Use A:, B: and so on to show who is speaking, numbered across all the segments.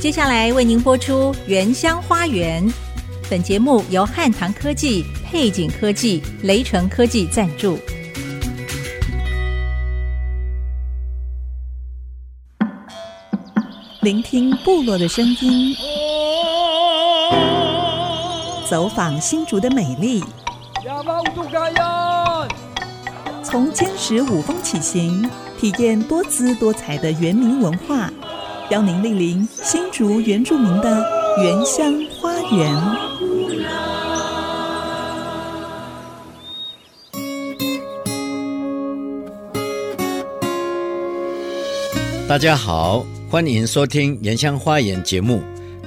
A: 接下来为您播出《原乡花园》，本节目由汉唐科技、配景科技、雷成科技赞助。
B: 聆听部落的声音，走访新竹的美丽。从坚实五峰起行，体验多姿多彩的原民文化，邀您莅临新竹原住民的原乡花园。
C: 大家好，欢迎收听《原乡花园》节目，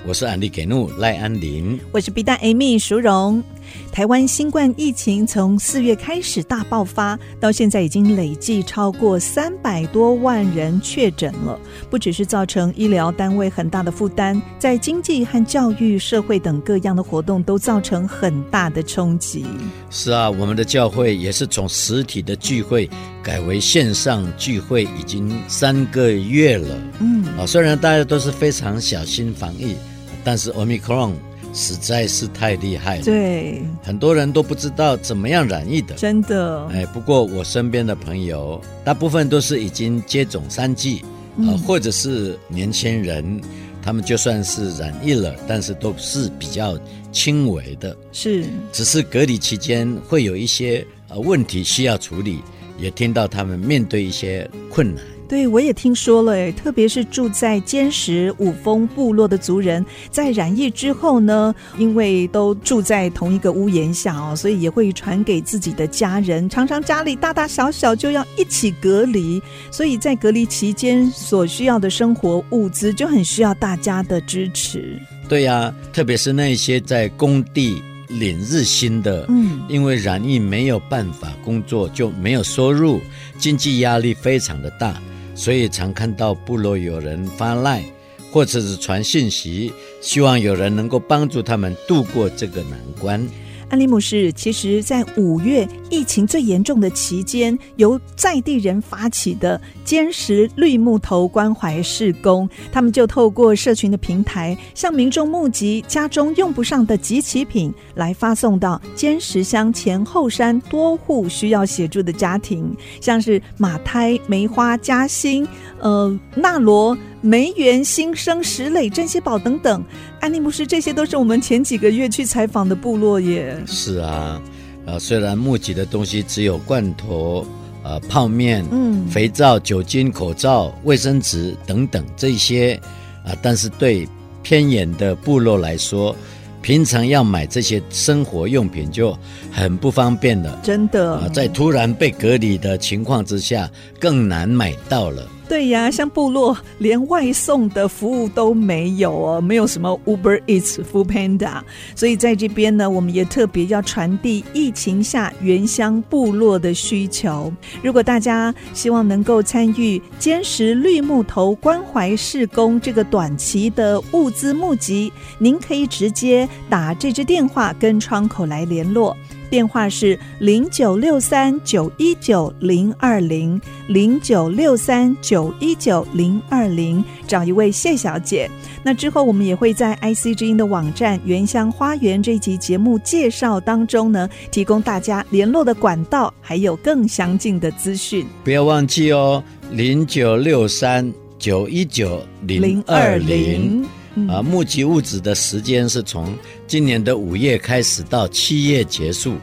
C: 我是安利给怒赖安林。
B: 我是 B 大 Amy 淑荣。台湾新冠疫情从四月开始大爆发，到现在已经累计超过三百多万人确诊了。不只是造成医疗单位很大的负担，在经济和教育、社会等各样的活动都造成很大的冲击。
C: 是啊，我们的教会也是从实体的聚会改为线上聚会，已经三个月了。
B: 嗯，
C: 啊，虽然大家都是非常小心防疫，但是 Omicron 实在是太厉害了，
B: 对，
C: 很多人都不知道怎么样染疫的。
B: 真的，
C: 哎，不过我身边的朋友大部分都是已经接种三剂，啊、或者是年轻人，他们就算是染疫了，但是都是比较轻微的，
B: 是
C: 只是隔离期间会有一些呃问题需要处理，也听到他们面对一些困难。
B: 对，我也听说了，哎，特别是住在坚实五峰部落的族人，在染疫之后呢，因为都住在同一个屋檐下哦，所以也会传给自己的家人，常常家里大大小小就要一起隔离，所以在隔离期间所需要的生活物资就很需要大家的支持。
C: 对呀、特别是那一些在工地领日薪的，
B: 嗯，
C: 因为染疫没有办法工作，就没有收入，经济压力非常的大，所以常看到部落有人发赖，或者是传信息，希望有人能够帮助他们度过这个难关。
B: 安利姆士，其实，在五月疫情最严重的期间，由在地人发起的坚实绿木头关怀事工，他们就透过社群的平台，向民众募集家中用不上的集齐品，来发送到坚实乡前后山多户需要协助的家庭，像是马胎、梅花、嘉兴、呃纳罗。梅园、新生、石磊、珍稀宝等等，安利牧师，这些都是我们前几个月去采访的部落耶。
C: 是啊，呃，虽然募集的东西只有罐头、呃泡面、
B: 嗯
C: 肥皂、酒精、口罩、卫生纸等等这些啊、但是对偏远的部落来说，平常要买这些生活用品就很不方便了。
B: 真的，
C: 啊，在突然被隔离的情况之下，更难买到了。
B: 对呀，像部落连外送的服务都没有哦，没有什么 Uber Eats、Food Panda，所以在这边呢，我们也特别要传递疫情下原乡部落的需求。如果大家希望能够参与坚实绿木头关怀事工这个短期的物资募集，您可以直接打这支电话跟窗口来联络。电话是零九六三九一九零二零零九六三九一九零二零，找一位谢小姐。那之后，我们也会在 IC 之音的网站“原乡花园”这一集节目介绍当中呢，提供大家联络的管道，还有更详尽的资讯。
C: 不要忘记哦，零九六三九一九零二零。啊，募集物资的时间是从今年的五月开始到七月结束。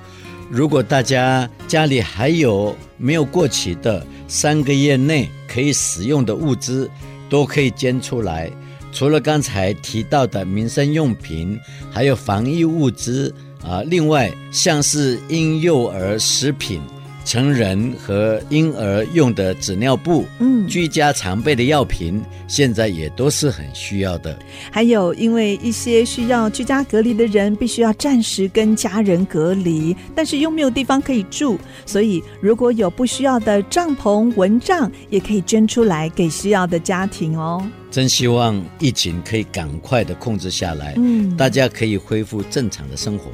C: 如果大家家里还有没有过期的三个月内可以使用的物资，都可以捐出来。除了刚才提到的民生用品，还有防疫物资啊，另外像是婴幼儿食品、成人和婴儿用的纸尿布，
B: 嗯
C: 居家常备的药品，现在也都是很需要的。
B: 还有，因为一些需要居家隔离的人，必须要暂时跟家人隔离，但是又没有地方可以住，所以如果有不需要的帐篷、蚊帐，也可以捐出来给需要的家庭哦。
C: 真希望疫情可以赶快的控制下来，
B: 嗯
C: 大家可以恢复正常的生活。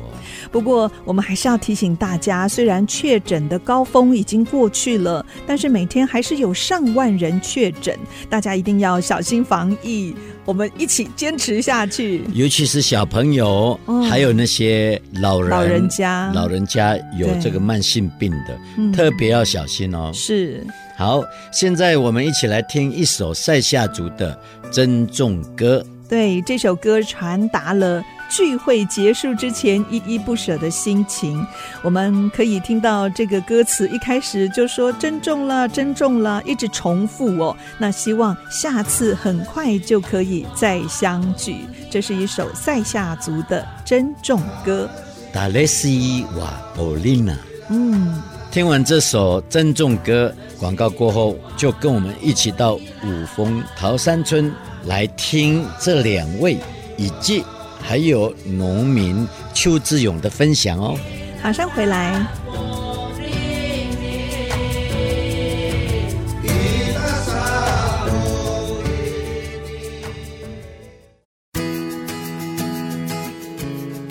B: 不过，我们还是要提醒大家，虽然确诊的高峰已经过去了，但是每天还是有上万人确诊，大家一定要小心防疫。
D: 我们一起坚持下去。
C: 尤其是小朋友，
D: 哦
C: 还有那些老人、
D: 老人家
C: 老人家有
D: 对
C: 这个慢性病
D: 嗯
C: 的，特别要小心哦。
D: 是，
C: 好，现在我们一起来听一首塞夏族的《珍重歌》。
D: 对这首歌传达了聚会结束之前依依不舍的心情。我们可以听到这个歌词一开始就说“珍重了，珍重了”，一直重复哦。那希望下次很快就可以再相聚。这是一首塞夏族的珍重歌。
C: 达雷西瓦波琳娜。
D: 嗯，
C: 听完这首《珍重歌》广告过后，就跟我们一起到五峰桃山村来听这两位以及还有农民邱志勇的分享哦。
D: 马上回来。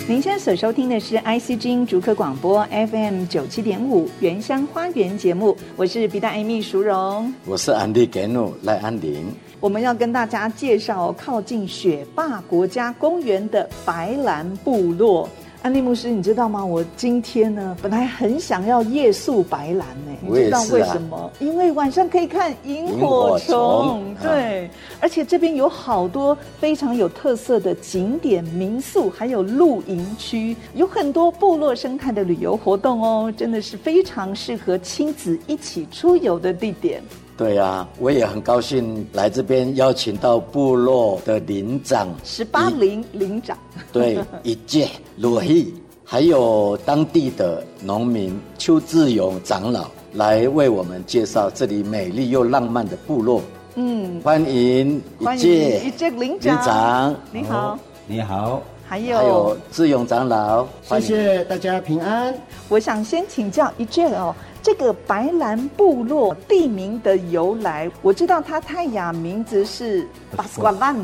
B: 您现在所收听的是 IC 之音逐客广播 FM 九七点五原乡花园节目，我是鼻大 Amy 淑荣。
E: 我是安迪格努赖安林。
B: 我们要跟大家介绍哦靠近雪霸国家公园的白兰部落。安利牧师，你知道吗？我今天呢，本来很想要夜宿白兰呢、你
E: 我也
B: 知道
E: 是
B: 为
E: 啊
B: 什么？因为晚上可以看萤
E: 萤
B: 火
E: 火
B: 虫
E: 虫，
B: 对，而且这边有好多非常有特色的景点、民宿，还有露营区，有很多部落生态的旅游活动哦，真的是非常适合亲子一起出游的地点。
E: 对啊，我也很高兴来这边邀请到部落的领长，
B: 十八
E: 嗯
B: 陵陵长。
E: 对一届鲁希，还有当地的农民邱志勇长老来为我们介绍这里美丽又浪漫的部落。
B: 嗯，
E: 欢迎
B: 欢
E: 一
B: 迎
E: 届
B: 一届领
E: 领
B: 长，
E: 长，
B: 你好，
F: 你好，
B: 还
E: 还有
B: 有，
E: 志勇长老，
F: 谢
E: 欢迎。
F: 谢大家平安。
B: 我想先请教一届哦，这个白兰部落地名的由来，我知道它泰雅名字是巴斯瓜兰，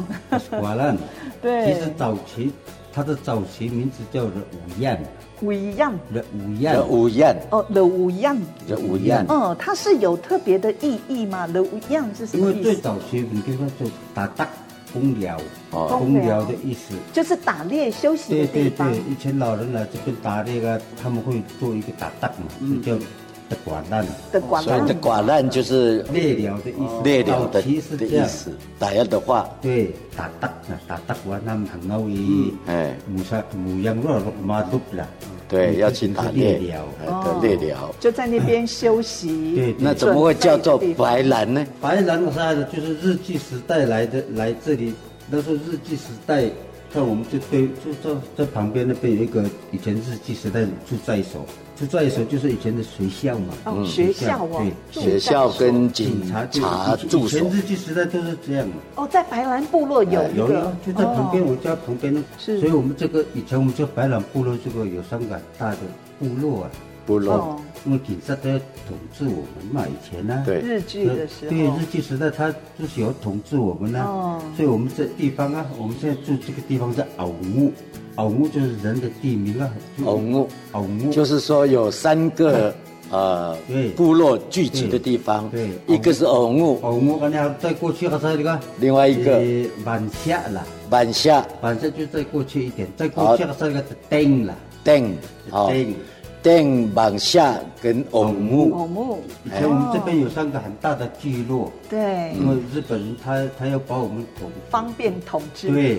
F: 瓦 兰，其
B: 对
F: 实，早期它的早期名字叫做五燕，
B: 五一样
F: 的五
E: 的
F: 燕，
E: 午宴，
B: 哦，了五样，
E: 的午宴，
B: 嗯，它是有特别的意义吗？了五样是什
F: 因
B: 么
F: 为
B: 意
F: 最
B: 思？
F: 早期你就说就打打公寮，
E: 哦
F: 公寮的意思。
B: 就是打猎休息
F: 对
B: 的地
F: 对
B: 方
F: 对，，以前老人来这边打那个，他们会做一个打打嘛，就叫的瓦烂，
B: 的瓜
E: 所以这
B: 兰，
E: 寡烂就是
F: 猎寮的意思，
E: 猎鸟
F: 早
E: 的
F: 期是
E: 的
F: 这
E: 意
F: 样。
E: 思。打药的话，
F: 对，打打啊，打打瓦烂很偶遇，
E: 哎，
F: 母山母羊肉马肚啦，嗯
E: 对，要去打猎
F: 猎鸟
E: 哎的猎鸟。
B: 就在那边休息。
F: 对对
E: 那怎么会叫做白兰呢？
F: 白兰沙的就是日据时代来的，来这里那时候日据时代，在我们这边就在在旁边那边有一个以前日据时代的驻在所，驻在所就是以前的学校嘛，
B: 哦，学校哦
F: 对，
B: 住
E: 学校
B: 在
E: 跟警
F: 察
E: 察住
F: 以
E: 所
F: 前日据时代都是这样的。
B: 哦，在白兰部落有一
F: 有
B: 个哦
F: 有，就在旁边，我家旁边那，
B: 是
F: 所以我们这个以前我们叫白兰部落，这个有三个大的部落啊，
E: 部落
B: 哦，
F: 因为警察都要统治我们嘛，以前呢、
E: 对
B: 日剧的时
F: 对
B: 候
F: 日，据时代，他就是有统治我们呢、
B: 哦
F: 所以我们这地方啊，我们现在住这个地方叫敖木，敖木就是人的地名啊，
E: 偶木，
F: 敖木
E: 就是说有三个呃
F: 对
E: 部落聚集的地方
F: 对，对哦
E: 一个是偶木，
F: 敖木，刚才再过去还是那个
E: 另外一个
F: 呃晚下啦，
E: 板下
F: 晚下就再过去一点，再过去还是那个丁啦，
E: 邓，好
F: 丁。
E: 邓板哦下跟偶木，
B: 偶木，
F: 以前我们这
B: 哦
F: 边有三个很大的聚落，
B: 对，
F: 因为日本人他他要把我们统治
B: 方便统治。
F: 对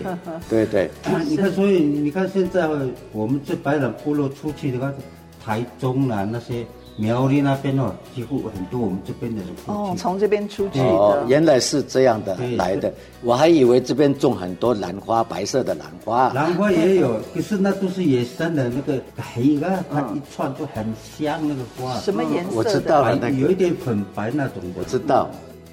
E: 对对，
F: 你看，所以你看现在我们这白朗部落出去的话，台中啦、那些苗栗那边哦，几乎很多我们这边的人
B: 哦
F: 过，去。
B: 从这边出去
E: 哦，
B: 的。
E: 原来是这样的
F: 对
E: 来的，我还以为这边种很多兰花，白色的兰花。
F: 兰花也有，可是那都是野生的那个黑啊，它一串就很香那个花，
B: 什么颜色的？
E: 我知道
F: 白
E: 了那
F: 有
E: 个，
F: 一点粉白那种的。
E: 我知道。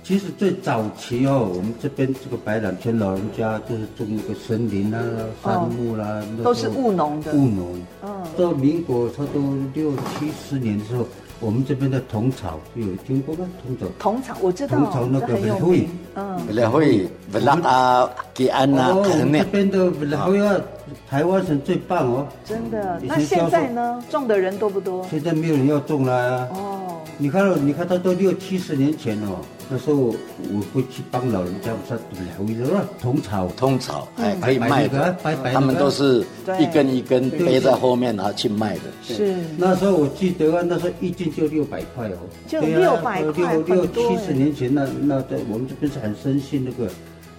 F: 其实最早期哦，我们这边这个白朗村老人家就是种那个森林啊、山木啦、那
B: 哦
F: 时候
B: 都是务农的嗯
F: 务农。到民国差不多六七十年的时候，我们这边的桐草有听过吗？桐草。
B: 同场，我知道，
F: 同草那
B: 这
F: 个
B: 很有
F: 很会
B: 名。嗯，
E: 来会不拉啊，吉安呐，
F: 哦，我
E: 肯
F: 们这
E: 定
F: 边的老啊，台湾省最棒哦。
B: 真的。
F: 以前
B: 那现在
F: 销
B: 呢？种的人多不多
F: 售？？现在没有人要种啦、
B: 哦，
F: 你看哦，你看，它都六七十年前哦，那时候我会去帮老人家，我说老人家同草，
E: 通草哎
F: 嗯
E: 可以卖
F: 白白
E: 的
F: 的白白，的
E: 他们都是一根一根
F: 对
E: 背在后面拿去卖的。
B: 是
F: 那时候我记得啊，那时候一斤就六百块哦，
B: 就
F: 对啊
B: 600
F: 呃
B: 块
F: 六六
B: 很多
F: 七
B: 哎
F: 十年前那那在我们这边是很深信那个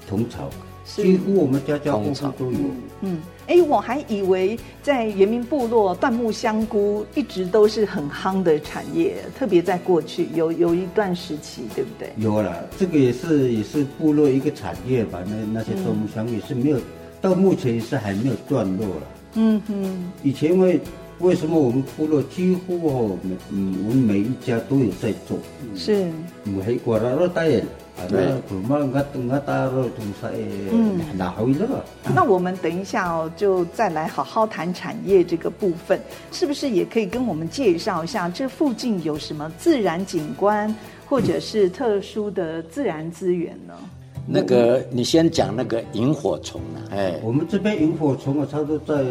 F: 铜草，
B: 是
F: 几乎我们家家户
E: 铜
F: 户
E: 草
F: 都有。
B: 嗯，哎，我还以为在原民部落椴木香菇一直都是很夯的产业，特别在过去有有一段时期，对不对？
F: 有啦，这个也是也是部落一个产业吧，那那些
B: 嗯
F: 动物香也是没有，到目前也是还没有段落了。
B: 嗯哼，
F: 以前为为什么我们部落几乎哦每嗯我们每一家都有在做，
B: 是，
F: 每个人都带人，啊
E: 对
F: 那恐怕我我大了从啥哎
B: 嗯
F: 哪会了？
B: 那我们等一下哦，就再来好好谈产业这个部分，是不是也可以跟我们介绍一下这附近有什么自然景观，或者是特殊的自然资源呢？
E: 那个你先讲那个萤火虫啊，哎，
F: 我们这边萤火虫啊，差不多在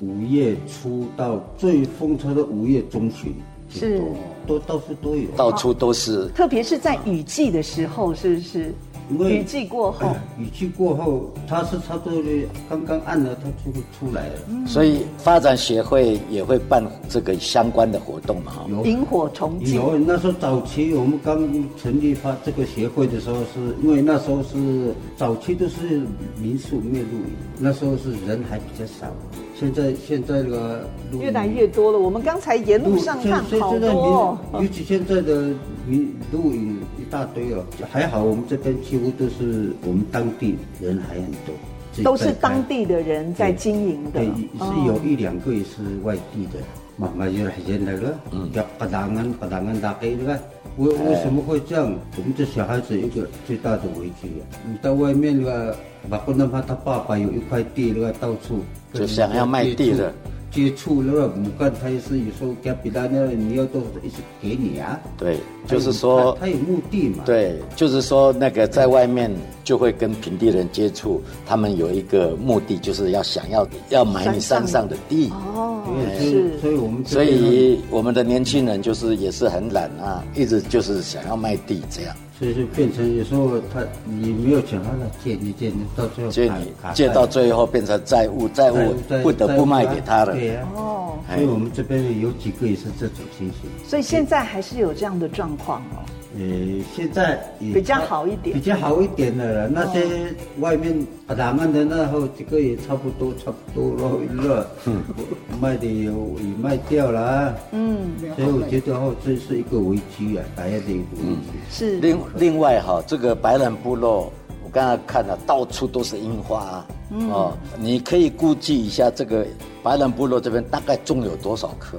F: 五月初到最丰差不多五月中旬，
B: 是哦
F: 都到处都有。
E: 到处都是
B: 特别是在雨季的时候，是不是？
F: 因为
B: 雨季过后，
F: 哎雨季过后，它是差不多的刚刚暗了，它就会出来了。
E: 所以发展协会也会办这个相关的活动嘛，哈。
F: 有
B: 萤火虫季，
F: 有那时候早期我们刚成立发这个协会的时候是，因为那时候是早期都是民宿没有露营，那时候是人还比较少。现在现在那个露营
B: 越来越多了。我们刚才沿路上看
F: 现
B: 好
F: 现在
B: 多、哦。
F: 民，尤其现在的民露营一大堆哦，还好我们这边几乎都是我们当地人还很多，自己
B: 都是
F: 在开
B: 当地的人在经营的哦
F: 对，是有一两个也是外地的，妈妈就来人来了，
E: 嗯
F: 要不打安不打安啊打给那个。为
E: 哎
F: 为什么会这样？我们这小孩子一个最大的危机啊！你到外面那个，把不能怕他爸爸有一块地那个到处
E: 就想要卖地的
F: 接触，接触那个母干，他也是有时候给比他那你要多少一直给你啊，
E: 对，就是说
F: 他，有目的嘛，，
E: 对，就是说那个在外面就会跟平地人接触，他们有一个目的，就是要想要要买你山上的地。
B: 哦，
F: 所
B: 是
F: 以所以我们这
E: 所
F: 边呢
E: 以我们的年轻人就是也是很懒啊，一直就是想要卖地这样，
F: 所以就变成有时候他你没有钱，他来借你借你到最后
E: 所以
F: 卡
E: 你
F: 卡
E: 借
F: 债
E: 到最后变成债务，债务不得不卖给他了。
F: 对呀、啊，
B: 哦，
E: 哎
F: 所以我们这边有几个也是这种情形。
B: 所以现在还是有这样的状况哦。
F: 呃，现在也
B: 比较好一点
F: 比较好一点的了。那些外面把他们的那后这个也差不多，差不多了，了，
E: 嗯
F: 卖的有也卖掉了啊。
B: 嗯，
F: 所以我觉得哦，这是一个危机啊，大家的一个危机。
B: 是
E: 另另外哈，这个白兰部落，我刚才看了，到处都是樱花、啊哦。你可以估计一下，这个白兰部落这边大概种有多少棵？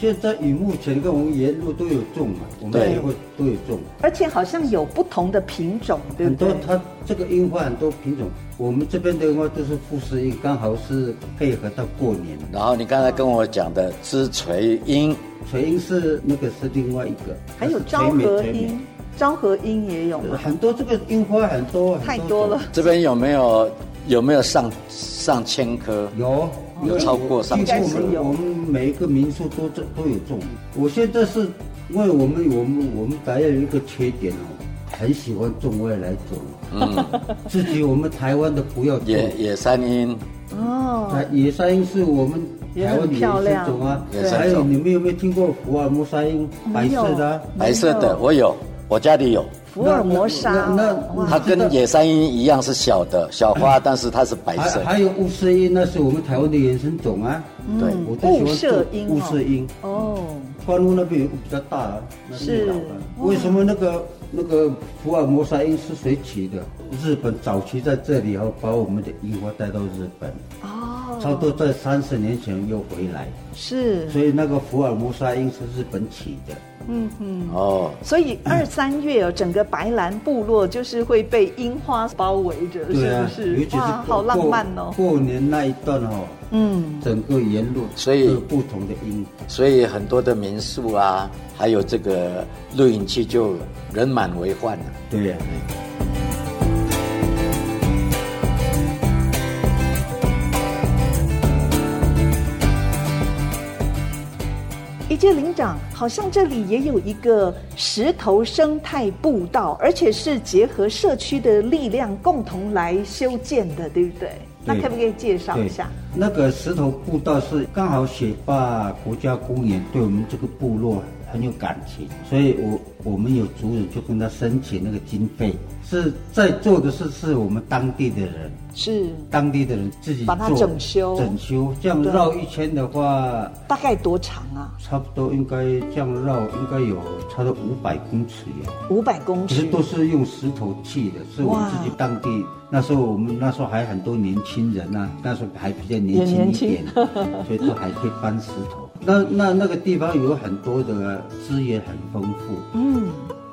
F: 现在以目前跟我们沿路都有种嘛，我们
E: 对
F: 也会都有种。
B: 而且好像有不同的品种，对
F: 很
B: 不
F: 多
B: 对？
F: 它这个樱花很多品种，我们这边的话都是富士樱，刚好是配合到过年。
E: 然后你刚才跟我讲的枝垂樱，
F: 垂樱是那个是另外一个，
B: 还有
F: 它是
B: 昭
F: 垂
B: 和
F: 美垂
B: 樱
F: 美，
B: 昭和樱也有吗？
F: 很多这个樱花很多，
B: 太
F: 很
B: 多
F: 种
B: 了。
E: 这边有没有有没有上上千棵？
F: 有
E: 有哦超过上
F: 几
E: 千
F: 乎我
E: 棵
F: 们我们每一个民宿都这都有种。我现在是因为我们我们我们达有一个缺点哦，很喜欢种外来种，嗯，自己我们台湾的不要种。
E: 野野山樱，
B: 哦，
F: 台野山樱是我们台湾的
E: 啊也很
F: 野生种啊
E: 漂亮，对
F: 还有你们有没有听过福尔摩沙樱白色的啊？
E: 白色的我有，我家里有。
B: 福尔摩沙，
F: 那那
B: 哇
E: 它跟野山樱一样是小的小花，但是它是白
F: 还
E: 色的。
F: 还有雾社樱，那是我们台湾的原生种啊。
E: 对
F: 我最喜欢
B: 雾社樱
F: 雾
B: 哦
F: 社樱，
B: 哦，
F: 关路那边有一个比较大啊，那
B: 是
F: 是老的。
E: 哦
F: 为什么那个那个福尔摩沙樱是谁起的？日本早期在这里后把我们的樱花带到日本，
B: 哦，
F: 差不多在三十年前又回来，
B: 是，
F: 所以那个福尔摩沙樱是日本起的。
B: 嗯嗯。
E: 哦，
B: 所以二三月哦，整个白兰部落就是会被樱花包围着，
F: 对啊，
B: 是不
F: 尤
B: 是？
F: 其是
B: 哇，好
F: 过
B: 浪漫哦。
F: 过年那一段哦，
B: 嗯，
F: 整个沿路
E: 所以
F: 都有不同的樱。
E: 所以很多的民宿啊，还有这个露营区就人满为患了、
F: 对啊呀、
B: 一谢林长，好像这里也有一个石头生态步道，而且是结合社区的力量共同来修建的，对不对？那可不可以介绍一下？
F: 那个石头步道是刚好雪霸国家公园对我们这个部落很有感情，所以我我们有族人就跟他申请那个经费，是在做的事是我们当地的人，
B: 是
F: 当地的人自己
B: 把它
F: 做
B: 整修
F: 整修这样
B: 对
F: 绕一圈的话，
B: 大概多长啊？
F: 差不多应该这样绕应该有差不多五百公尺有。
B: 五百公
F: 其实
B: 尺，
F: 都是用石头砌的，是我们自己当地。那时候我们那时候还很多年轻人呐、那时候还比较年轻一点， 所以都还可以搬石头。那那那个地方有很多的资源很丰富，
B: 嗯，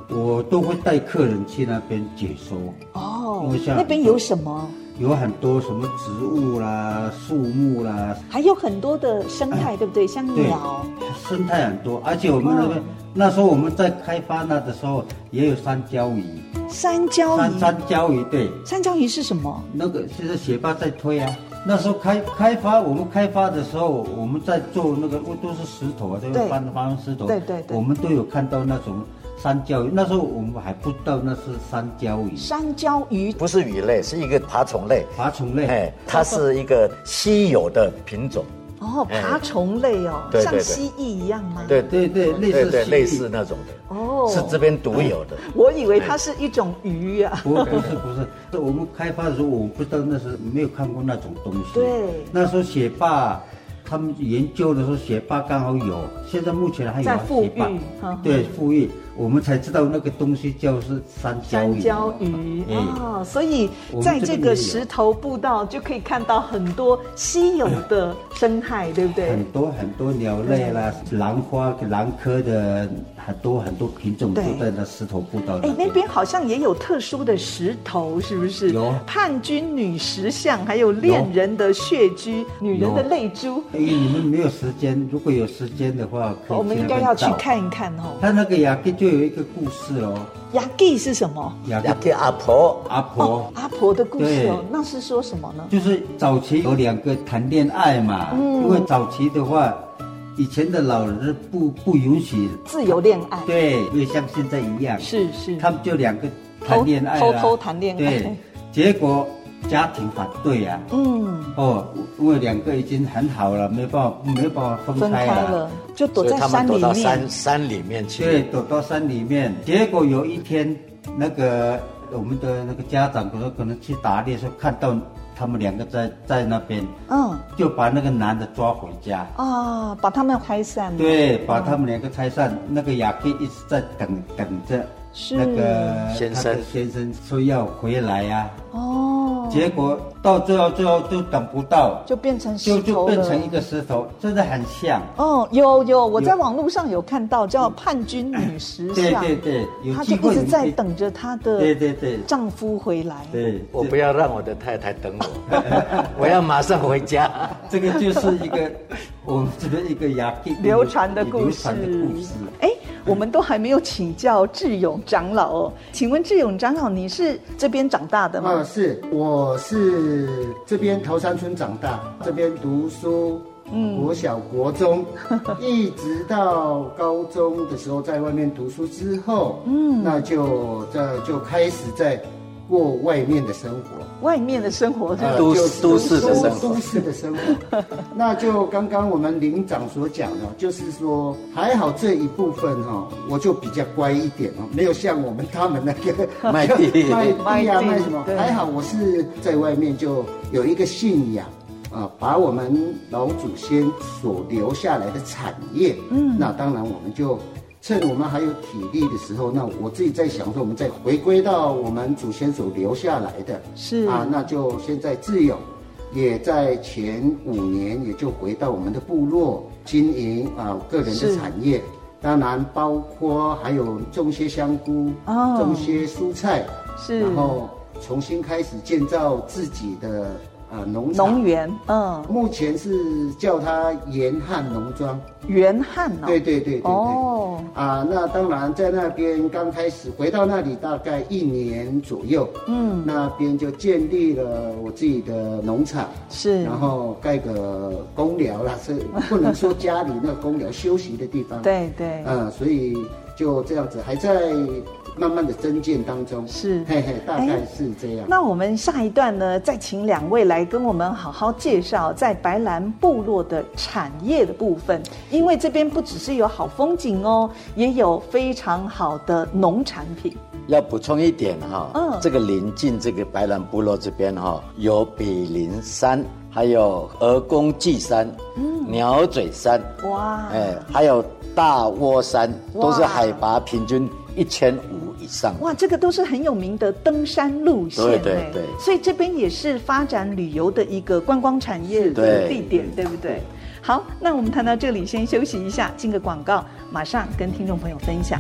F: 我都会带客人去那边解说，
B: 哦
F: 我，想
B: 那边有什么？
F: 有很多什么植物啦、树木啦，
B: 还有很多的生态，对不对？像
F: 对
B: 鸟，
F: 生态很多。而且我们那个、那时候我们在开发那的时候，也有山椒鱼，
B: 山椒
F: 山
B: 鱼，
F: 山椒鱼对。
B: 山椒鱼是什么？
F: 那个现在学霸在推啊。那时候开开发，我们开发的时候，我们在做那个都是石头啊，这
B: 对
F: 个搬搬石头，
B: 对对对
F: 我们都有看到那种山椒鱼。那时候我们还不知道那是山椒鱼，
B: 山椒鱼
E: 不是鱼类，是一个爬虫类，
F: 爬虫类。
E: 哎，它是一个稀有的品种，
B: 哦，
E: 哎
B: 爬虫类哦，
E: 对对
B: 像
E: 对
B: 蜥蜴一样吗？
E: 对
F: 对对，类
E: 对
F: 似
E: 对，
F: 蜥蜴
E: 类似那种的，
B: 哦，嗯
E: 是这边独有的。
B: 我以为它是一种鱼啊。
F: 不不是不是，是我们开发的时候，我不知道那是没有看过那种东西。
B: 对
F: 那时候学霸他们研究的时候，学霸刚好有，现在目前还有啊
B: 在嗯富裕
F: 学霸
B: 哈哈
F: 对富裕，我们才知道那个东西叫是山椒
B: 山
F: 鱼。
B: 椒鱼
F: 哎
B: 哦，所以在这个石头步道就可以看到很多稀有的生态，对不对
F: 很？多很多鸟类啦，兰花、兰科的很多很多品种都
B: 对
F: 在那石头步道
B: 哎
F: 里，
B: 那边好像也有特殊的石头，是不是？
F: 有
B: 叛军女石像，还有恋人的血居，女人的泪珠，
F: 哎，你们没有时间，如果有时间的话，可以
B: 我们应该要去。看一看哦。
F: 他那个雅各就有一个故事哦，
B: 雅蒂是什么？
F: 雅
E: 要
F: 各
E: 给阿婆，
F: 阿
B: 哦
F: 婆，，
B: 阿婆的故事哦
F: 对，
B: 那是说什么呢？
F: 就是早期有两个谈恋爱嘛，
B: 嗯
F: 因为早期的话，以前的老人是不不允许，
B: 自由恋爱，
F: 对，因为像现在一样，
B: 是是，
F: 他们就两个谈恋爱啦
B: 偷偷偷谈恋爱
F: 对，结果家庭反对啊，
B: 嗯，
F: 哦，因为两个已经很好了，没办法，没办法分
B: 分
F: 开
B: 开
F: 了。
B: 了就躲
E: 所以
B: 在
E: 他们
B: 山里
E: 躲到
B: 面
E: 山。山里面
F: 对，
E: 去。
F: 躲到山里面。结果有一天，那个我们的那个家长，可能可能去打猎的时候，看到他们两个在在那边，
B: 嗯
F: 就把那个男的抓回家。
B: 啊，把他们拆散了。
F: 对，把他们两个拆散。那个雅克一直在等等着
B: 是
F: 那个
E: 先
F: 他的
E: 生
F: 先生说要回来呀、
B: 哦，
F: 结果到最后最后都等不到，
B: 就变成石头
F: 就就变
B: 了
F: 成一个石头，真的很像。
B: 哦，有有，我在网络上有看到叫叛军女石
F: 对
B: 像，
F: 对对，有
B: 她就
F: 机
B: 一
F: 会
B: 直
F: 你
B: 在
F: 可以
B: 等着她
F: 对
B: 的
F: 对对
B: 丈夫回来。
F: 对，
E: 我不要让我的太太等 我，我要马上回家。
F: 这个就是一个 我们这边一个雅典
B: 流传的故
F: 流
B: 事
F: 传的故事。。
B: 哎，我们都还没有请教智勇长老哦，请问智勇长老，你是这边长大的
G: 啊，
B: 吗？
G: 是，我是这边桃山村长大，这边读书，
B: 嗯
G: 国小、国 中，一直到高中的时候，在外面读书之后，嗯，那就在就开始在过外面的生活。
B: 外面的生活是吧
G: 呃
E: 都
G: 就
E: 都市的生活
G: 都市的生活。那就刚刚我们林长所讲的，就是说还好这一部分哈、哦，我就比较乖一点哦，没有像我们他们那个
E: 卖地
G: 卖地啊
B: 卖地
G: 卖什么
B: 对，
G: 还好我是在外面就有一个信仰。啊，把我们老祖先所留下来的产业，嗯，那当然我们就趁我们还有体力的时候，那我自己在想说，我们再回归到我们祖先所留下来的，
B: 是
G: 啊，那就现在自由，也在前五年也就回到我们的部落经营啊个人
B: 是
G: 的产业，当然包括还有种些香菇，
B: 哦
G: 种些蔬菜，
B: 是
G: 然后重新开始建造自己的呃农场
B: 农。园，嗯，
G: 目前是叫它沿汉农庄。
B: 元汉哦，
G: 对对对对对。
B: 哦，
G: 啊，那当然，在那边刚开始回到那里大概一年左右，嗯，那边就建立了我自己的农场，
B: 是
G: 然后盖个公寮啦，是不能说家里那个公寮休息的地方，，
B: 对对，
G: 啊，所以就这样子还在慢慢的增建当中，
B: 是
G: 嘿嘿，大概是这样。
B: 那我们下一段呢，再请两位来跟我们好好介绍在白兰部落的产业的部分，因为这边不只是有好风景哦，也有非常好的农产品。
E: 要补充一点哈、
B: 嗯
E: 这个临近这个白兰部落这边哈、有比邻山，还有鹅公祭山、
B: 嗯
E: 鸟嘴山，
B: 哇，
E: 哎，还有大窝山，
B: 哇
E: 都是海拔平均一千五以上。
B: 哇，这个都是很有名的登山路线，
E: 对对
B: 哎
E: 对
B: 所以这边也是发展旅游的一个观光产业的
E: 对
B: 地点，对不对？好，那我们谈到这里，先休息一下，进个广告，马上跟听众朋友分享。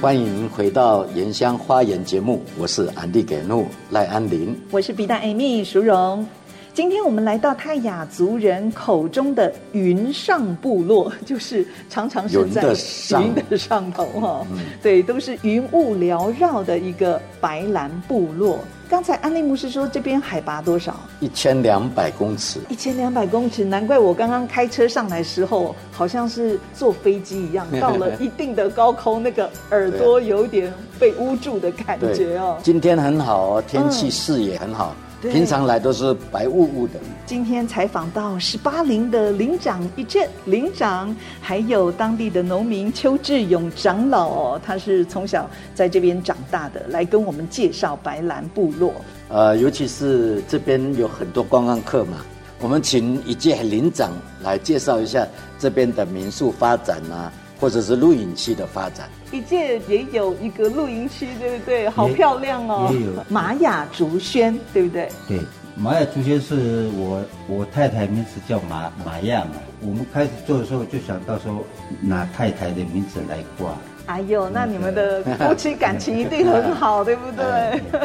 E: 欢迎回到《原乡花园》节目，我是安迪给怒赖安林。
B: 我是皮蛋 Amy 淑荣。今天我们来到泰雅族人口中的云上部落， 就是常常是在
E: 云的上嗯
B: 云的上 头哈、哦对，都是云雾缭绕的一个白兰部落。刚才安利牧师说这边海拔多少？
E: 一千两百公尺，
B: 一千两百公尺，难怪我刚刚开车上来时候，好像是坐飞机 一样，到了一定的高空，那个耳朵有点被捂住的感觉哦。
E: 今天很好哦，天
B: 嗯
E: 气视野很好，
B: 对
E: 平常来都是白雾雾的。
B: 今天采访到十八陵的灵长一镇灵长，还有当地的农民邱志勇长老哦，他是从小在这边长大的，来跟我们介绍白兰部落。
E: 呃，尤其是这边有很多观光客嘛，我们请一届领长来介绍一下这边的民宿发展啊，或者是露营区的发展。
B: 一届也有一个露营区，对不对？好
F: 也
B: 漂亮哦
F: 也有！
B: 玛雅竹轩，对不对？
F: 对，玛雅竹轩是我我太太名字叫玛玛雅嘛。我们开始做的时候就想到说拿太太的名字来挂，
B: 哎呦，那你们的夫妻感情一定很好，对不对？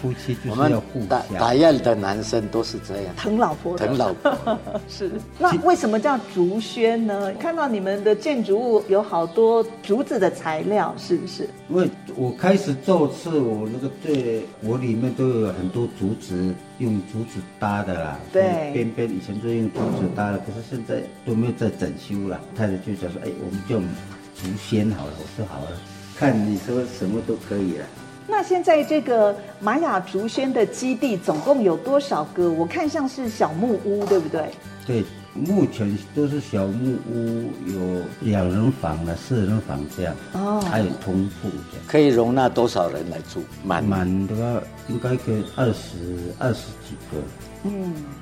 F: 夫妻就
E: 我
F: 是
E: 们
F: 要互
E: 打打
F: 相。
E: 样的男生都是这样，
B: 疼老婆的，
E: 疼老婆。
B: 是，那为什么叫竹轩呢？看到你们的建筑物有好多竹子的材料，是不是？
F: 因为我开始做是我那个对，我里面都有很多竹子，用竹子搭的啦。
B: 对
F: 所以边边以前都用竹子搭的，可是现在都没有在整修了。太太就想说，哎，我们叫竹仙好了。我说好啊，看你说什么都可以了。
B: 那现在这个玛雅竹轩的基地总共有多少个？我看像是小木屋，对不对？
F: 对，目前都是小木屋，有两人房了，四人房这样，
B: 哦
F: 还有通铺这样。
E: 可以容纳多少人来住？满
F: 满的话应该可以二十二十几个，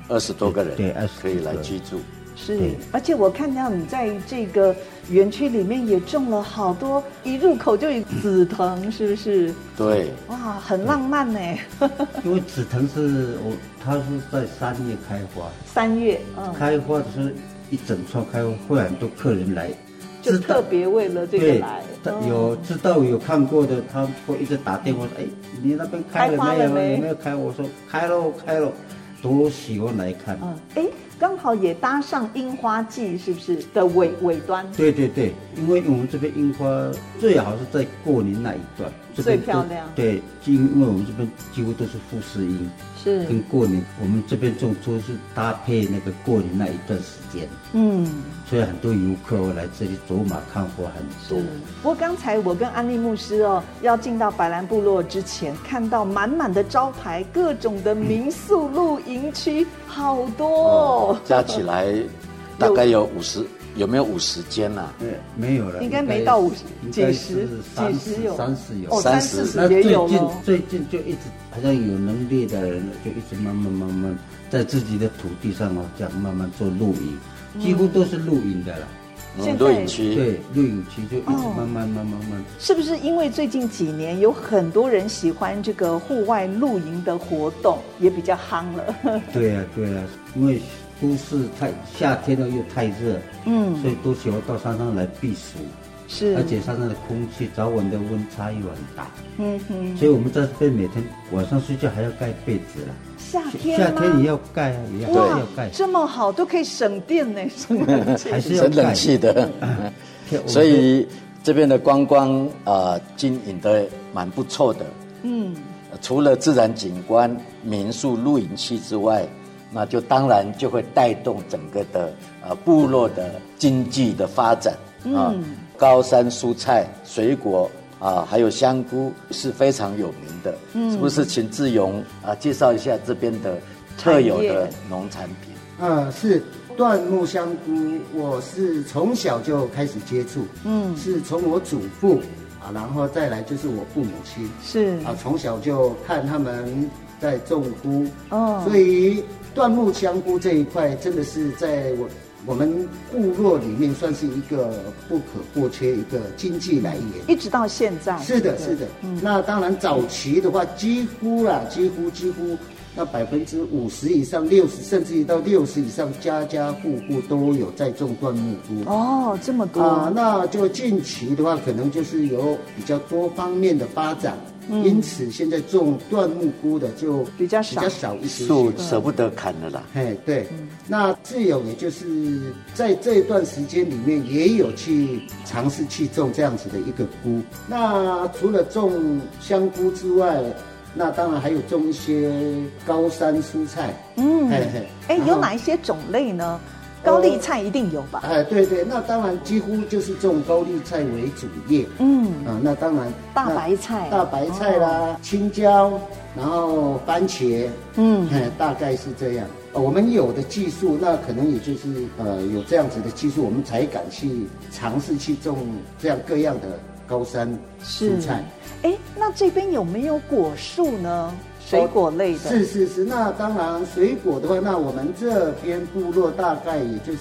E: 二十多个人，
F: 对20
E: 可以来居住。
B: 是
F: 对，
B: 嗯而且我看到你在这个园区里面也种了好多，一入口就有紫藤，是不是？
E: 对，
B: 哇，很浪漫呢。
F: 因为紫藤是我，它是在三月开花，
B: 三月，嗯，
F: 开花的时候一整串开花，会很多客人来，
B: 就
F: 知
B: 特
F: 道
B: 别为了这个
F: 对
B: 来，，
F: 他
B: 嗯
F: 有知道有看过的，他会一直打电话说：“哎，你那边开
B: 开
F: 了
B: 花
F: 没
B: 了
F: 有？
B: 没
F: 有没有开？”我说：“开喽，开喽。”都喜欢来看。
B: 嗯，哎，刚好也搭上樱花季，是不是的尾尾端？
F: 对对对，因为我们这边樱花最好是在过年那一段，这边
B: 最漂亮
F: 都对，因为我们这边几乎都是富士樱，
B: 是
F: 跟过年我们这边种出是搭配那个过年那一段时间，
B: 嗯，
F: 所以很多游客会来这里走马看花很多。
B: 不过刚才我跟安利牧师哦，要进到白兰部落之前，看到满满的招牌，各种的民宿、露营区，好多哦。
E: 加起来大概有五十，有没有五十间啊呐？
F: 对，没有了，
B: 应该没到五十
F: 应
B: 几
F: 该
B: 十
F: 是三
B: 几十有
F: 三十有
B: 哦，
E: 三
B: 三
E: 十
B: 四
F: 那
B: 十
F: 最
B: 也有
F: 近
B: 了，
F: 最近就一直好像有能力的人，就一直慢慢慢慢在自己的土地上哦，这样慢慢做露营，几乎都是露营的了。
B: 现在
E: 露营区，
F: 对，露营区就一
B: 哦
F: 直慢慢慢慢慢慢。
B: 是不是因为最近几年有很多人喜欢这个户外露营的活动，也比较夯了？
F: 对呀、对呀、因为都市太夏天了又太热，
B: 嗯，
F: 所以都喜欢到山上来避暑，
B: 是，
F: 而且山上的空气早晚的温差又很大，
B: 嗯哼，
F: 所以我们在这边每天晚上睡觉还要盖被子了。
B: 夏天
F: 夏
B: 吗
F: 天也要盖啊，也要
B: 哇
F: 要盖，
B: 这么好，都可以省电 呢，省冷气
F: 还是要
E: 省冷
F: 盖。
E: 气的，
F: 天我们
E: 所以这边的观光啊、呃经营的蛮不错的。
B: 嗯，
E: 除了自然景观、民宿、露营区之外，那就当然就会带动整个的呃部落的经济的发展啊。高山蔬菜、水果啊，还有香菇是非常有名的。嗯，是不是？请志勇啊介绍一下这边的特有
B: 产
E: 的
B: 业
E: 农产品。
G: 呃，是椴木香菇，我是从小就开始接触，嗯，是从我祖父啊，然后再来就是我父母亲
B: 是
G: 啊，从小就看他们在种菇，
B: 哦
G: 所以椴木香菇这一块真的是在我我们部落里面算是一个不可或缺一个经济来源。
B: 一直到现在。
G: 是的，
B: 对
G: 嗯是的。那当然，早期的话，几乎啦，几乎几乎，那百分之五十以上、六十，甚至于到六十以上，家家户户都有在种椴木菇。
B: 哦，这么多
G: 啊，那就近期的话，可能就是有比较多方面的发展，因此现在种椴木菇的就
B: 嗯比较少嗯
G: 比较少一些些。
E: 树舍不得砍的啦，
G: 哎，对，那自由也就是在这一段时间里面，也有去尝试去种这样子的一个菇。那除了种香菇之外，那当然还有种一些高山蔬菜。嗯，嘿嘿，
B: 哎，
G: 然后
B: 有哪一些种类呢？高丽菜一定有吧？
G: 哎，对对，那当然几乎就是种高丽菜为主业。
B: 嗯，
G: 啊，那当然，
B: 大
G: 那
B: 白菜哦
G: 大白菜啦，青椒，然后番茄，
B: 嗯
G: 哎，大概是这样。呃我们有的技术，那可能也就是呃有这样子的技术，我们才敢去尝试去种这样各样的高山蔬菜。
B: 哎，那这边有没有果树呢？水果类的，
G: 哦是是是，那当然水果的话，那我们这边部落大概也就是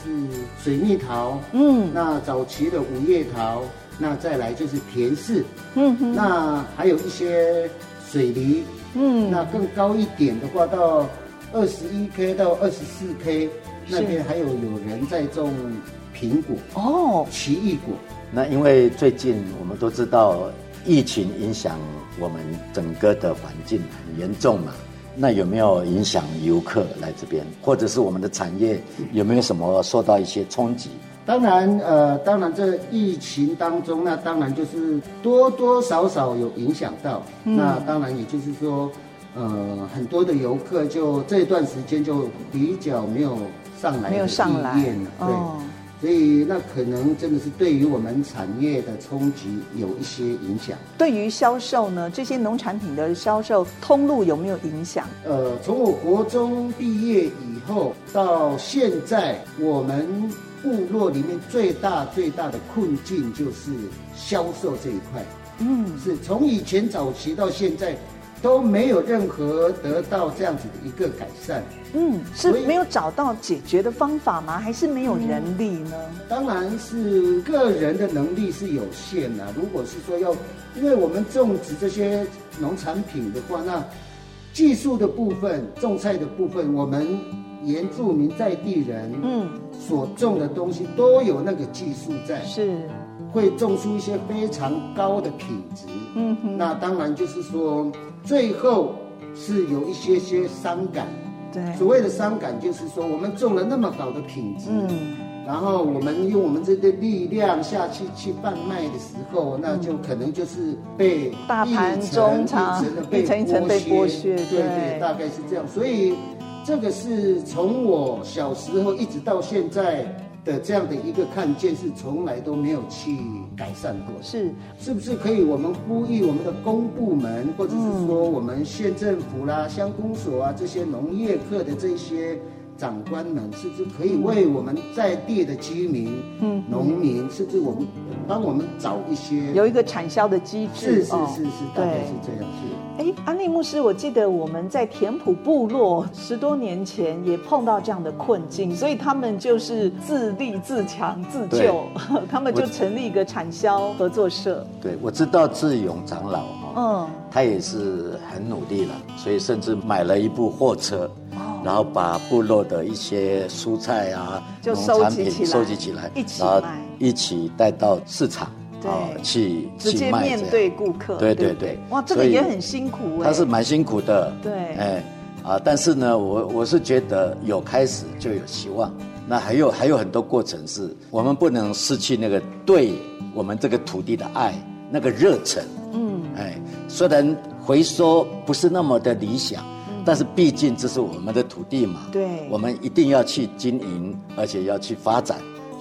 G: 水蜜桃，
B: 嗯
G: 那早期的五叶桃，那再来就是甜柿，
B: 嗯哼，
G: 那还有一些水梨，
B: 嗯
G: 那更高一点的话，到二十一 K 到二十四 K 那边还有有人在种苹果、
B: 哦，
G: 奇异果，
E: 那因为最近我们都知道疫情影响我们整个的环境很严重嘛，那有没有影响游客来这边，或者是我们的产业有没有什么受到一些冲击？
G: 当然，呃，当然，这疫情当中，那当然就是多多少少有影响到。
B: 嗯
G: 那当然，也就是说，呃，很多的游客就这段时间就比较没有上来的
B: 没有上来
G: 意愿了对。
B: 哦
G: 所以，那可能真的是对于我们产业的冲击有一些影响。
B: 对于销售呢，这些农产品的销售通路有没有影响？
G: 呃，从我国中毕业以后到现在，我们部落里面最大最大的困境就是销售这一块。
B: 嗯，
G: 是从以前早期到现在都没有任何得到这样子的一个改善。
B: 嗯，是
G: 所以
B: 没有找到解决的方法吗？还是没有人力呢？
G: 当然是个人的能力是有限的、如果是说要，因为我们种植这些农产品的话，那技术的部分、种菜的部分，我们原住民在地人
B: 嗯，
G: 所种的东西都有那个技术在。
B: 是，
G: 会种出一些非常高的品质。嗯哼，那当然就是说，最后是有一些些伤感。
B: 对，
G: 所谓的伤感，就是说我们种了那么好的品质，
B: 嗯，
G: 然后我们用我们这个力量下去去贩卖的时候，那就可能就是被
B: 大盘中场
G: 一
B: 一层一
G: 层一
B: 层
G: 层
B: 被
G: 的
B: 剥
G: 剥
B: 削
G: 削，
B: 对
G: 对对，大概是这样。所以这个是从我小时候一直到现在的这样的一个看见，是从来都没有去改善过的。
B: 是，
G: 是不是可以我们呼吁我们的公部门，或
B: 嗯
G: 者是说我们县政府啦、乡公所啊这些农业课的这些长官们，甚至可以为我们在地的居民、嗯、农民，甚至我们帮我们找一些。
B: 有一个产销的机
G: 是
B: 制
G: 是是
B: 哦
G: 是，大概是这样是。
B: 哎，安利牧师，我记得我们在田埔部落十多年前也碰到这样的困境，所以他们就是自立自强自救， 他们就成立一个产销合作社。
E: 对，我知道志勇长老哈、
B: 嗯，
E: 他也是很努力了，所以甚至买了一部货车，然后把部落的一些蔬菜啊、
B: 就
E: 农
B: 收
E: 产
B: 集
E: 品
B: 起来
E: 收集起来，
B: 一起
E: 然后
B: 卖
E: 一起带到市场哦
B: 对
E: 去
B: 直
E: 去
B: 接
E: 卖
B: 面
E: 这样
B: 对顾客。
E: 对
B: 对
E: 对
B: 不
E: 对
B: 哇，这个
E: 所以
B: 也很辛苦哎。
E: 他是蛮辛苦的，
B: 对
E: 哎啊，但是呢，我我是觉得有开始就有希望。那还有还有很多过程是，我们不能失去那个对我们这个土地的爱，那个热忱。嗯，哎，虽然回收不是那么的理想，但是毕竟这是我们的土地嘛，
B: 嗯对
E: 我们一定要去经营，而且要去发展。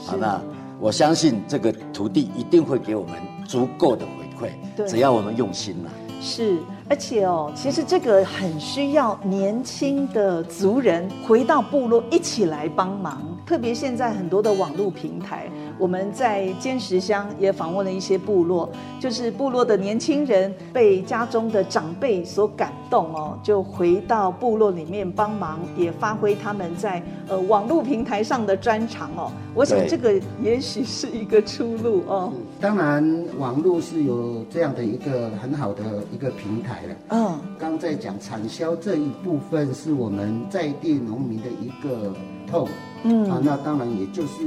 E: 好，那我相信这个土地一定会给我们足够的回
B: 对
E: 馈，只要我们用心了、
B: 是，而且哦，其实这个很需要年轻的族人回到部落一起来帮忙。特别现在很多的网络平台，我们在尖石乡也访问了一些部落，就是部落的年轻人被家中的长辈所感动哦，就回到部落里面帮忙，也发挥他们在呃网络平台上的专长哦。我想
E: 对
B: 这个也许是一个出路哦。
G: 当然，网络是有这样的一个很好的一个平台了。
B: 嗯，
G: 刚在讲产销这一部分是我们在地农民的一个痛，嗯，啊，那当然也就是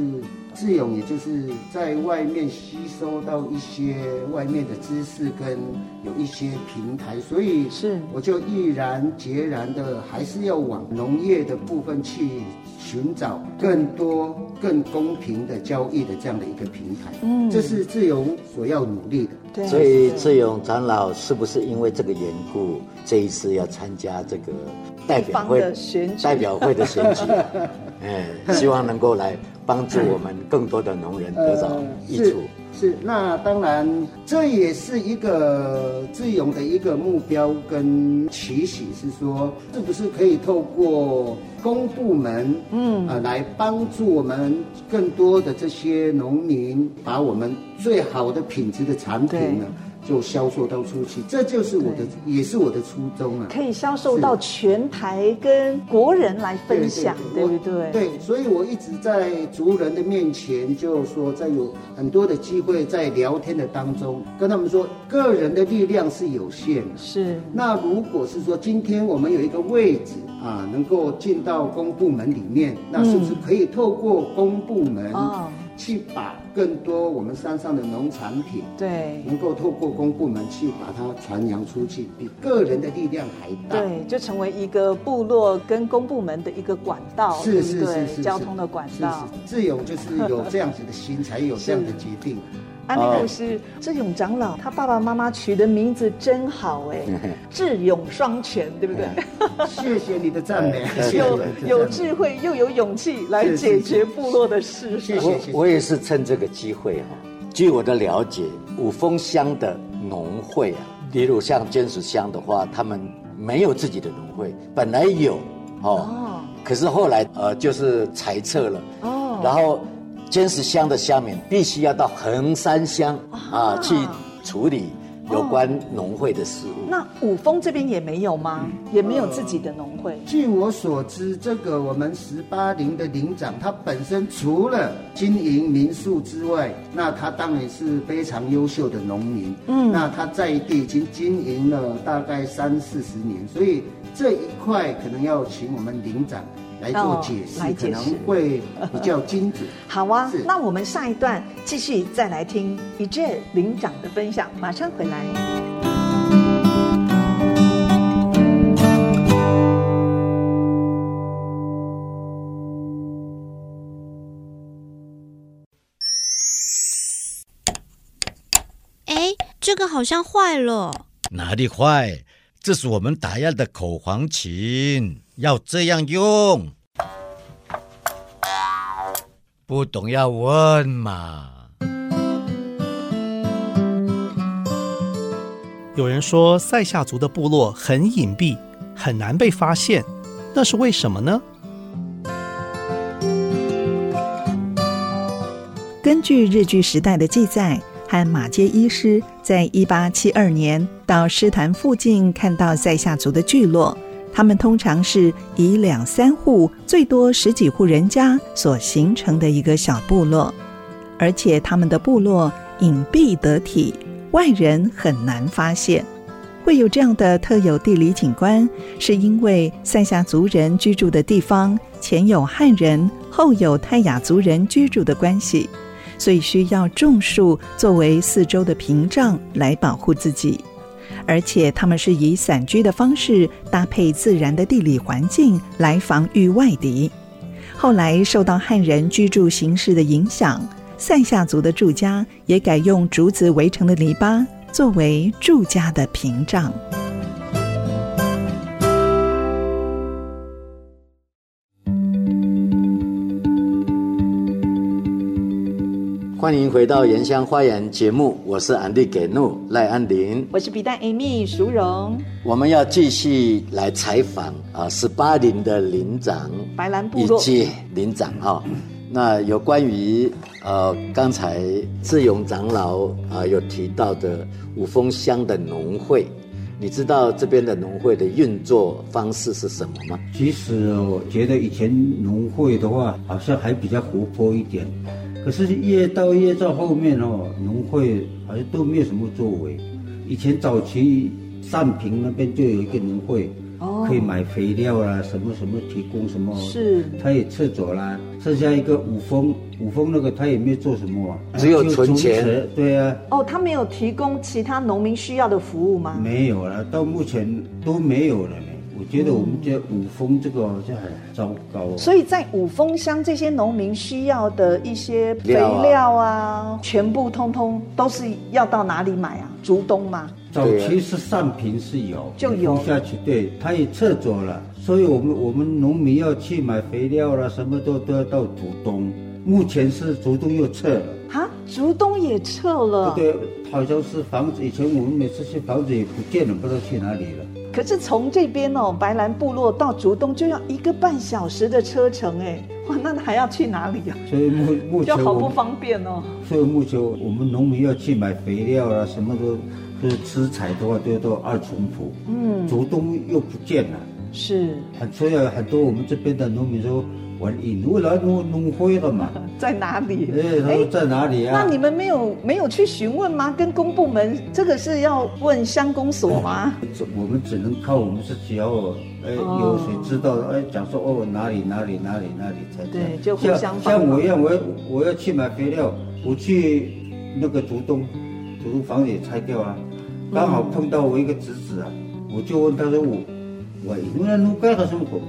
G: 志勇，也就是在外面吸收到一些外面的知识跟有一些平台，所以
B: 是
G: 我就毅然决然的还是要往农业的部分去寻找更多更公平的交易的这样的一个平台，嗯，这是志勇所要努力的。
B: 对，啊
E: 所以志勇长老是不是因为这个缘故，这一次要参加这个代表
B: 地
E: 会
B: 方的选举
E: 代表会的选举？ 哎，希望能够来帮助我们更多的农人得到益
G: 是
E: 处。
G: 是，那当然，这也是一个志勇的一个目标跟期许，是说是不是可以透过公部门，嗯，呃，来帮助我们更多的这些农民，把我们最好的品质的产品呢，就销售到出去，这就是我的，也是我的初衷啊。
B: 可以销售到全台跟国人来分享，对
G: 对
B: 不
G: 对
B: 对？
G: 对，所以我一直在族人的面前，就说在有很多的机会在聊天的当中，跟他们说，个人的力量是有限的。
B: 是
G: 那如果是说今天我们有一个位置啊，能够进到公部门里面，那是不是可以透过公部门
B: 哦
G: 去把更多我们山上的农产品？
B: 对
G: 能够透过公部门去把它传扬出去，比个人的力量还大。
B: 对，就成为一个部落跟公部门的一个管道，
G: 是
B: 对
G: 是
B: 不
G: 是
B: 对
G: 是是
B: 交通的管道。
G: 是是志勇就是有这样子的心，才有这样的决定。
B: 安
G: 哦
B: 利牧师，志勇长老他爸爸妈妈取的名字真好哎，智勇双全，对不对？
G: 哎 谢谢你的赞美，哎谢谢你
B: 有
G: 的赞美
B: 有智慧又有勇气来
G: 是是
B: 解决
G: 是
B: 部落的事。
G: 谢谢
E: 我
G: 谢谢
E: 我也是趁这个机会哈、据我的了解，五峰乡的农会啊，例如像尖石乡的话，他们没有自己的农会，本来有哦，
B: 哦
E: 可是后来呃就是裁撤了
B: 哦
E: 然后尖石乡的乡民必须要到横山乡啊
B: 啊
E: 去处理有关农会的事务。
B: 那五峰这边也没有吗？
G: 嗯
B: 也没有自己的农会。
G: 据我所知，这个我们十八陵的陵长，他本身除了经营民宿之外，那他当然是非常优秀的农民。嗯，那他在地已经经营了大概三四十年，所以这一块可能要请我们陵长来做
B: 哦
G: 解释，
B: 来
G: 可
B: 解
G: 能
B: 释
G: 会比较精准。
B: 好啊
G: 是，
B: 那我们下一段继续再来听一届领长的分享，马上回来。
H: 哎，这个好像坏了。
C: 哪里坏？这是我们打药的口簧琴，要这样用。不懂要问嘛。
I: 有人说塞夏族的部落很隐蔽，很难被发现，那是为什么呢？
D: 根据日据时代的记载，和马偕医师在一八七二年到诗坛附近看到塞夏族的聚落，他们通常是以两三户，最多十几户人家所形成的一个小部落，而且他们的部落隐蔽得体，外人很难发现。会有这样的特有地理景观，是因为塞夏族人居住的地方前有汉人，后有泰雅族人居住的关系，所以需要种树作为四周的屏障来保护自己。而且他们是以散居的方式搭配自然的地理环境来防御外敌。后来受到汉人居住形式的影响，塞夏族的住家也改用竹子围成的篱笆。作为住家的屏障。
E: 欢迎回到《原乡花园》节目，我是安利给怒赖安林。
B: 我是皮蛋 Amy 淑荣，
E: 我们要继续来采访啊，十八林的林长
B: 白兰部
E: 以
B: 落。
E: 及林长哈、那有关于呃刚才志勇长老啊、有提到的五峰乡的农会，你知道这边的农会的运作方式是什么吗？
F: 其实我觉得以前农会的话，好像还比较活泼一点，可是越到越到后面哦，农会好像都没有什么作为。以前早期善平那边就有一个农会，
B: 哦
F: 可以买肥料啦，什么什么提供什么，
B: 是
F: 他也撤走啦，剩下一个五峰，五峰那个他也没有做什么啊，
E: 只有存钱
F: 存对啊。
B: 哦，他没有提供其他农民需要的服务吗？
F: 没有了，到目前都没有了呢。我觉得我们这五峰这个好像很糟糕、哦。
B: 所以在五峰乡这些农民需要的一些肥
E: 料啊
B: 料啊，全部通通都是要到哪里买啊？竹东吗？
F: 早期是善平是有，
B: 就有
F: 下去，对，他也撤走了，所以我们我们农民要去买肥料啦，什么都都要到竹东。目前是竹东又撤了，
B: 哈，竹东也撤了。
F: 对，好像是房子，以前我们每次去房子也不见了，不知道去哪里了。
B: 可是从这边哦，白兰部落到竹东就要一个半小时的车程哎，哇，那还要去哪里啊？
F: 所以目目
B: 就
F: 前
B: 好
F: 我
B: 不
F: 们
B: 方便哦。
F: 所以目前我们农民要去买肥料啦，什么都就是吃材的话，都到二重埔，嗯，竹东又不见了。
B: 是
F: 很所以很多我们这边的农民说，我引入了农农会了嘛，
B: 在哪里？
F: 哎，他说在哪里啊？
B: 那你们没有没有去询问吗？跟公部门这个是要问乡公所吗？
F: 只我们只能靠我们自己哦，哎，有
B: 哦
F: 谁知道？哎，讲说哦哪里哪里哪里哪里才这样
B: 对就互
F: 像
B: 相帮忙
F: 像我一样，我要我要去买肥料，我去那个竹东，竹东房也拆掉啊，
B: 嗯
F: 刚好碰到我一个侄子啊，我就问他说我我因为弄干了什么狗？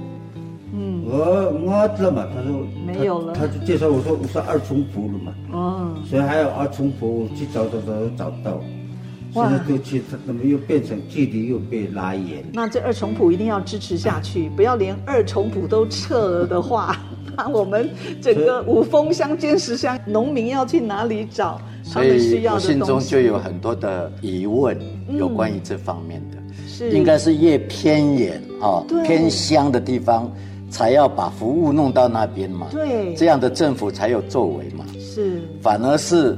F: 嗯，我我知道嘛，他说他
B: 没有了
F: 他就介绍我说我是二重埔了嘛，
B: 哦，
F: 所以还有二重埔去找找找找不到，
B: 哇
F: 现在都去怎么又变成距离又被拉远？
B: 那这二重谱一定要支持下去，不要连二重谱都撤了的话， 那我们整个五峰乡、尖石乡农民要去哪里找他
E: 所
B: 们需
E: 以
B: 要
E: 我
B: 的
E: 心
B: 东
E: 中
B: 西？
E: 就有很多的疑问，有关于这方面的，
B: 是
E: 应该是越偏远啊、
B: 嗯对
E: 偏乡的地方，才要把服务弄到那边嘛，
B: 对
E: 这样的政府才有作为嘛。
B: 是
E: 反而是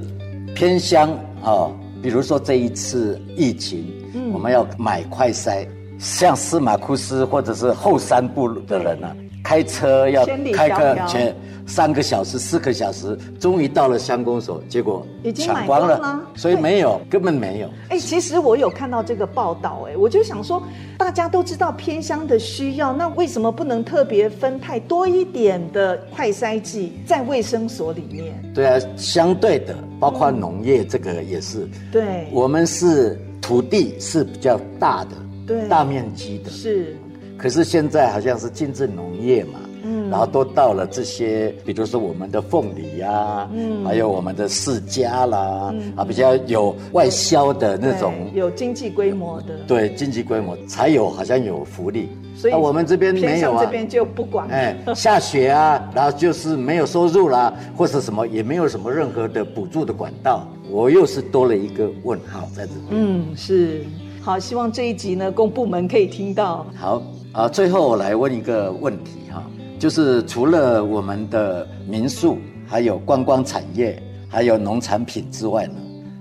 E: 偏乡啊、比如说这一次疫情，
B: 嗯
E: 我们要买快筛，像司马库斯或者是后山部的人呢、啊，开车要
B: 千里
E: 开个
B: 迢迢
E: 前三个小时、四个小时，终于到了乡公所，结果
B: 已经买
E: 抢光了，
B: 光了
E: 所以
B: 对
E: 没有，根本没有。
B: 哎、其实我有看到这个报道，哎，我就想说，大家都知道偏乡的需要，那为什么不能特别分派多一点的快筛剂在卫生所里面？
E: 对啊，相对的，包括农业这个也是，
B: 对，
E: 我们是土地是比较大的，
B: 对
E: 大面积的，
B: 是
E: 可是现在好像是禁止农业嘛，
B: 嗯
E: 然后都到了这些，比如说我们的凤梨呀、
B: 嗯
E: 还有我们的释迦啦，啊，比较有外销的那种，
B: 对有经济规模的，
E: 对经济规模才有，好像有福利。
B: 所以
E: 那我们这边
B: 偏
E: 没有
B: 向
E: 啊
B: 这，边就不管。
E: 哎，下雪啊，然后就是没有收入啦，或是什么，也没有什么任何的补助的管道，我又是多了一个问号在这里。
B: 嗯，是。 好，希望这一集呢，公部门可以听到。
E: 好啊，最后我来问一个问题哈、就是除了我们的民宿，还有观光产业，还有农产品之外呢，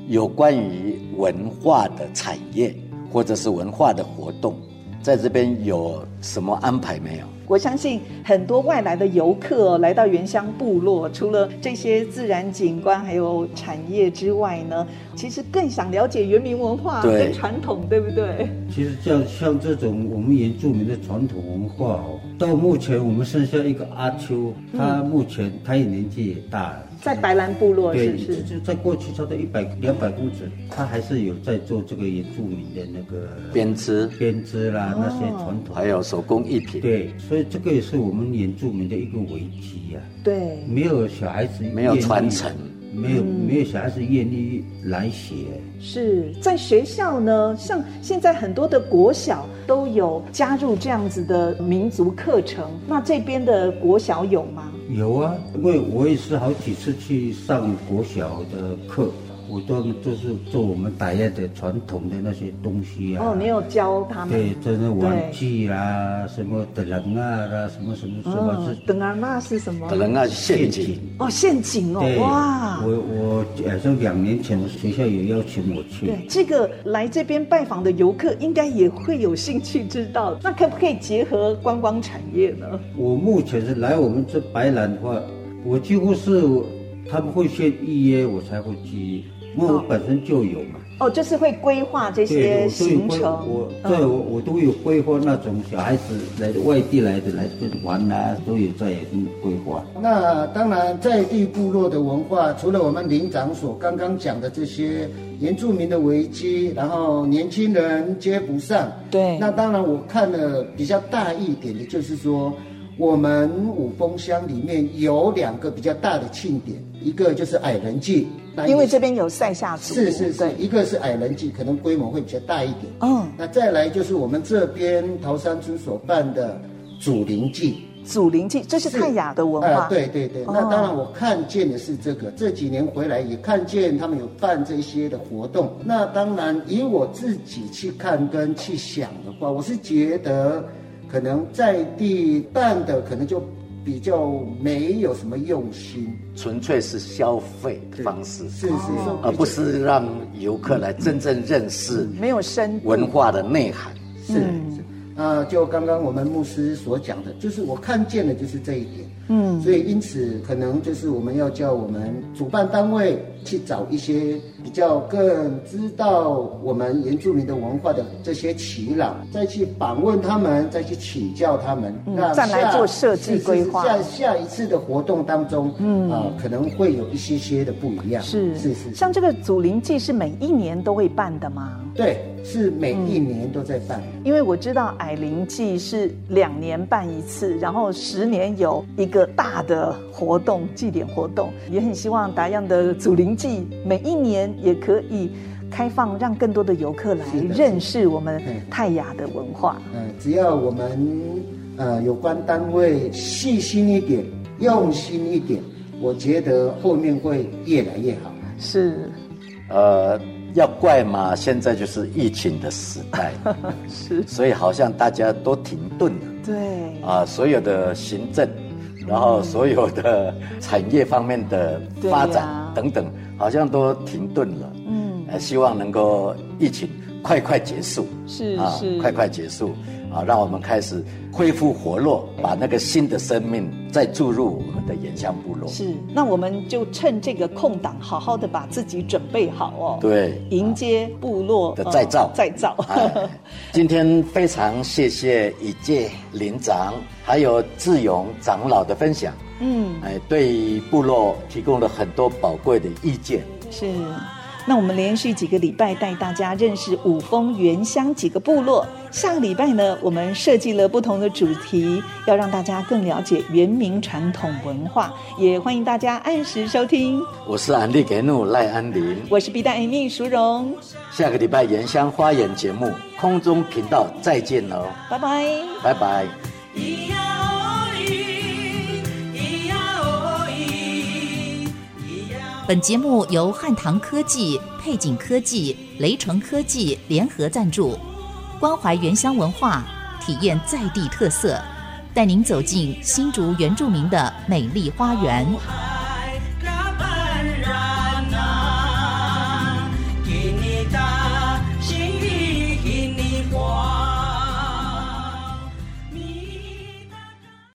E: 有关于文化的产业或者是文化的活动，在这边有什么安排没有？
B: 我相信很多外来的游客、哦、来到原乡部落，除了这些自然景观还有产业之外呢，其实更想了解原民文化
E: 对
B: 跟传统，对不对？
F: 其实像像这种我们原住民的传统文化哦，到目前我们剩下一个阿秋，他目前他也年纪也大了，
B: 在白兰部落是
F: 对，
B: 不？
F: 就是就在过去差不多一百两百公尺，他还是有在做这个原住民的那个
E: 编织
F: 编织啦那些传统，
E: 还有手工艺品，
F: 对，所以这个也是我们原住民的一个危机呀、
B: 对，
F: 没有小孩子
E: 没有
F: 愿意
E: 传承，
F: 没有
B: 嗯
F: 没有小孩子愿意来学。
B: 是在学校呢，像现在很多的国小都有加入这样子的民族课程，那这边的国小有吗？
F: 有啊，因为我也是好几次去上国小的课，我都就是做我们打业的传统的那些东西啊。
B: 哦，你有教他们？
F: 对，真的玩具啦，什么的人啊啦，什么什么什么
B: 嗯
F: 是，
B: 等啊，那是什么
E: 可？能啊陷阱。。
B: 哦，陷阱
F: 对，
B: 哦，哇！
F: 我我好像两年前学校有邀请我去，
B: 对，这个来这边拜访的游客应该也会有兴趣知道，那可不可以结合观光产业呢？
F: 我目前是来我们这白兰的话，我几乎是他们会先预约我才会去，因为我本身就有嘛。
B: 哦，就是会规划这些
F: 对，我都有
B: 行
F: 规，
B: 程，
F: 我
B: 嗯
F: 对我我都有规划那种小孩子来外地来的来这玩啊，都有在规划。
G: 那当然，在地部落的文化，除了我们林长所刚刚讲的这些原住民的危机，然后年轻人接不上，
B: 对
G: 那当然我看了比较大一点的，就是说我们五峰乡里面有两个比较大的庆典，一个就是矮人祭，那一个
B: 因为这边有塞夏族，
G: 是是是
B: 对，
G: 一个是矮人祭，可能规模会比较大一点。
B: 嗯，
G: 那再来就是我们这边桃山村所办的祖灵祭。
B: 祖灵祭，这是泰雅的文
G: 啊
B: 化，哦
G: 对对对，那当然我看见的是这个，这几年回来也看见他们有办这些的活动。那当然，以我自己去看跟去想的话，我是觉得可能在地办的可能就比较没有什么用心，
E: 纯粹是消费方式，
G: 是是
B: 哦
G: 说
E: 而啊不是让游客来真正认识
B: 没有深度
E: 文化的内涵。
G: 是
B: 嗯
G: 是。那就刚刚我们牧师所讲的，就是我看见的就是这一点。嗯，所以因此可能就是我们要叫我们主办单位去找一些比较更知道我们原住民的文化的这些耆老，再去访问他们，再去请教他们，那
B: 嗯再来
G: 下
B: 做设计
G: 是是是
B: 规划
G: 下下一次的活动当中，嗯啊、可能会有一些些的不一样。
B: 是
G: 是是，
B: 像这个祖灵祭是每一年都会办的吗？
G: 对，是每一年都在办。
B: 因为我知道矮灵祭是两年办一次，然后十年有一个大的活动祭典活动，也很希望达样的祖灵祭每一年也可以开放，让更多的游客来
G: 是的
B: 认识我们
G: 嗯
B: 泰雅的文化。
G: 嗯，只要我们呃有关单位细心一点、用心一点，我觉得后面会越来越好。
B: 是
E: 呃，要怪嘛，现在就是疫情的时代，
B: 是，
E: 所以好像大家都停顿了。
B: 对，
E: 啊，所有的行政，然后所有的产业方面的发
B: 对
E: 展
B: 呀
E: 等等，好像都停顿了。
B: 嗯，
E: 呃，希望能够疫情快快结束，
B: 是
E: 啊
B: 是，
E: 快快结束啊，让我们开始恢复活络，把那个新的生命再注入我们的原乡部落。
B: 是。那我们就趁这个空档，好好的把自己准备好哦。。
E: 对，
B: 迎接部落
E: 的再造
B: 呃再造。
E: 哎今天非常谢谢以介林长还有志勇长老的分享，
B: 嗯，
E: 哎，对部落提供了很多宝贵的意见。
B: 是。那我们连续几个礼拜带大家认识五峰原乡几个部落。下个礼拜呢，我们设计了不同的主题，要让大家更了解原民传统文化。也欢迎大家按时收听。
E: 我是安利给怒赖安林，
B: 我是 B 站 Amy 淑荣，
E: 下个礼拜原乡花园节目空中频道再见喽，
B: 拜拜。
E: 拜拜。
J: 咿呀哦咿，咿呀哦咿，咿呀。
A: 本节目由汉唐科技、配景科技、雷城科技联合赞助，关怀原乡文化，体验在地特色，带您走进新竹原住民的美丽花园。